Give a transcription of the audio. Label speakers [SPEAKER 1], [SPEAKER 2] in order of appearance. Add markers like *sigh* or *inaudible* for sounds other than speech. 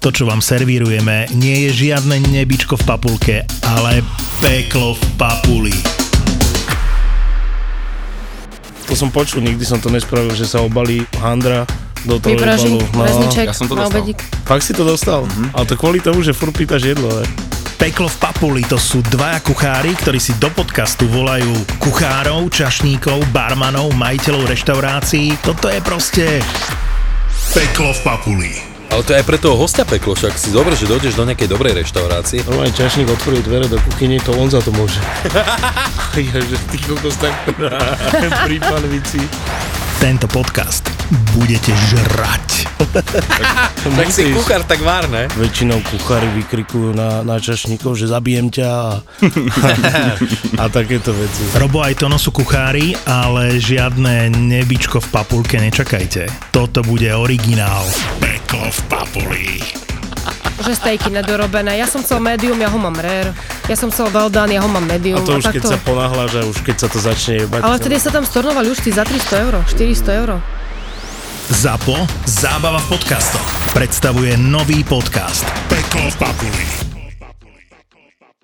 [SPEAKER 1] to, čo vám servírujeme, nie je žiadne nebičko v papulke, ale peklo v papuli.
[SPEAKER 2] To som počul, nikdy som to nespravil, že sa obalí handra do toho
[SPEAKER 3] Vypražím,
[SPEAKER 2] jebalu.
[SPEAKER 3] väzniček,
[SPEAKER 4] ja som to
[SPEAKER 3] na
[SPEAKER 4] dostal.
[SPEAKER 3] obedík.
[SPEAKER 2] Fakt si to dostal? Mm-hmm. Ale to kvôli tomu, že furt pýtaš jedlo, ne?
[SPEAKER 1] Peklo v Papuli to sú dvaja kuchári, ktorí si do podcastu volajú kuchárov, čašníkov, barmanov, majiteľov reštaurácií. Toto je proste Peklo v Papuli.
[SPEAKER 4] Ale to je aj pre toho hostia peklo, však si dobre, že dojdeš do nejakej dobrej reštaurácie.
[SPEAKER 2] Normálne čašník otvoril dvere do kuchyne, to on za to *laughs* môže. Jože, ty kokos *laughs* tak pri panvici.
[SPEAKER 1] Tento podcast budete žrať.
[SPEAKER 4] Tak si kuchár tak vár, ne?
[SPEAKER 2] Väčšinou kuchári vykrikujú na, na čašníkov, že zabijem ťa *laughs* a, a takéto veci.
[SPEAKER 1] Robo aj Tono sú kuchári, ale žiadne nebičko v papulke nečakajte. Toto bude originál. Peklo v Papuli.
[SPEAKER 3] že stejky nedorobené. Ja som chcel medium, ja ho mám rare. Ja som chcel well done, ja ho mám
[SPEAKER 2] A
[SPEAKER 3] medium.
[SPEAKER 2] to už keď sa ponáhľaš a už keď sa to začne jebať.
[SPEAKER 3] No, Ale vtedy sa tam stornovali už ty za 300 euro, 400 euro.
[SPEAKER 1] ZAPO. Zábava v podcastoch. Predstavuje nový podcast. Peklo v Papuli.